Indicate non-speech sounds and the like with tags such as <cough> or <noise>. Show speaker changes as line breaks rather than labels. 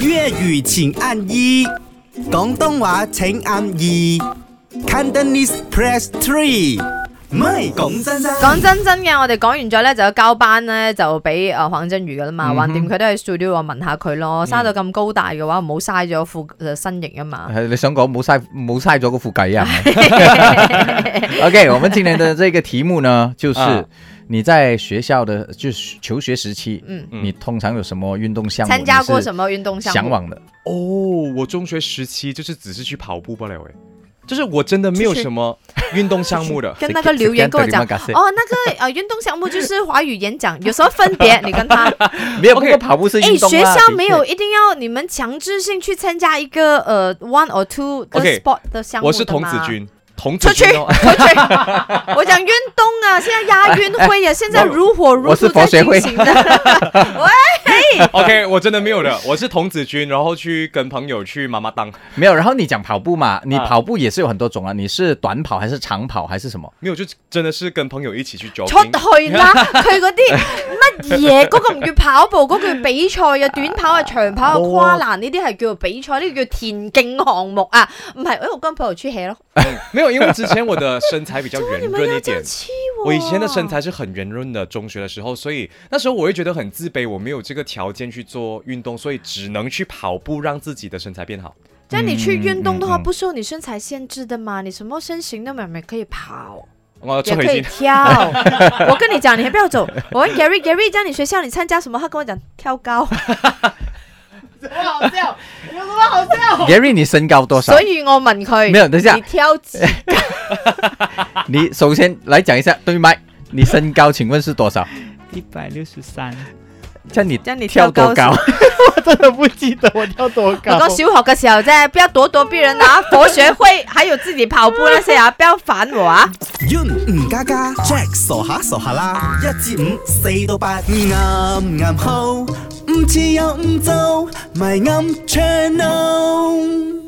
粤语请按一，广东话请按二，Cantonese press three。唔係講真真，
講真真嘅，我哋講完咗咧就有交班咧，就俾誒黃振宇噶啦嘛，橫掂佢都喺 studio 我問下佢咯，生到咁高大嘅話，唔好嘥咗副誒身形啊嘛。
呃你想讲冇晒冇晒咗个副计
<laughs>
啊？OK，我们今天的这个题目呢，就是
啊
你在学校的就是求学时期，
嗯
你通常有什么运动项目？
參加過什
么？
麼運動項
向
目？
往的
哦，我中学时期就是只是去跑步罢了，哎，就是我真的没有什么运动项
<laughs>。
目的
跟那個留言跟我講，哦，那個誒運動項目就是華語演講，有什麼分別？你跟他，
没有，不
OK
过跑步是
誒
运动
學
啦
哎校
的
沒
确
有一定要你們強制性去參加一個誒 one or two 個
OK，
sport 的項目
我是
的
童子
嘛。
军，童子
出去， <laughs> 出去！
军哦。
我讲运动啊，现在亚运会啊，现在如火如
我是
荼
佛
在
学会
进行的。
<laughs> OK，我真的没有的，我是童子军，然后去跟朋友去妈妈当，
没有。然后你讲跑步嘛，你
啊
跑步也是有很多种啊，你是短跑还是长跑还是什么？
没有就真的是跟朋友一起去 jogging。
出去啦！佢嗰啲乜嘢嗰個唔叫跑步，嗰個叫比賽啊，短跑啊、長跑啊、
冇
跨
啊
欄呢啲係叫做比賽，呢個叫田徑項目啊，唔係誒我跟朋友出 hea 咯。
没有，因为之前我的身
<laughs>
材比较圆
你們
润
要
一
這樣
点。
欺我？
我以前的身材是很圆润的，中学的时候，所以那时候我会觉得很自卑，我没有这个条件去做运动，所以只能去跑步，让自己的身材变好。
但你去運動的話，
嗯嗯嗯
不受你身材限制的嘛，你什麼身形都明明可以跑。
我
也
出
可
回
以
去
跳。我跟你讲，你还不要走。我问 Gary Gary，在你学校你参加什么？他跟我讲跳高。
Gary，你身高多少
哦所？以我问佢，
没有等一下
你跳几？
你首先来讲一下对麦，你身高请问是多少？
一百六十三，
叫你
叫你
跳
跳
多
高
高？
我真的不记得我跳多
我
高。
讲小学嘅时候啫，不要咄咄逼人啊！佛学会还有自己跑步那些啊，不要烦我啊！
Yun 吳家家，Jack 傻下傻下啦，一至五，四到八，啱啱好，唔似又唔做，咪啱 channel。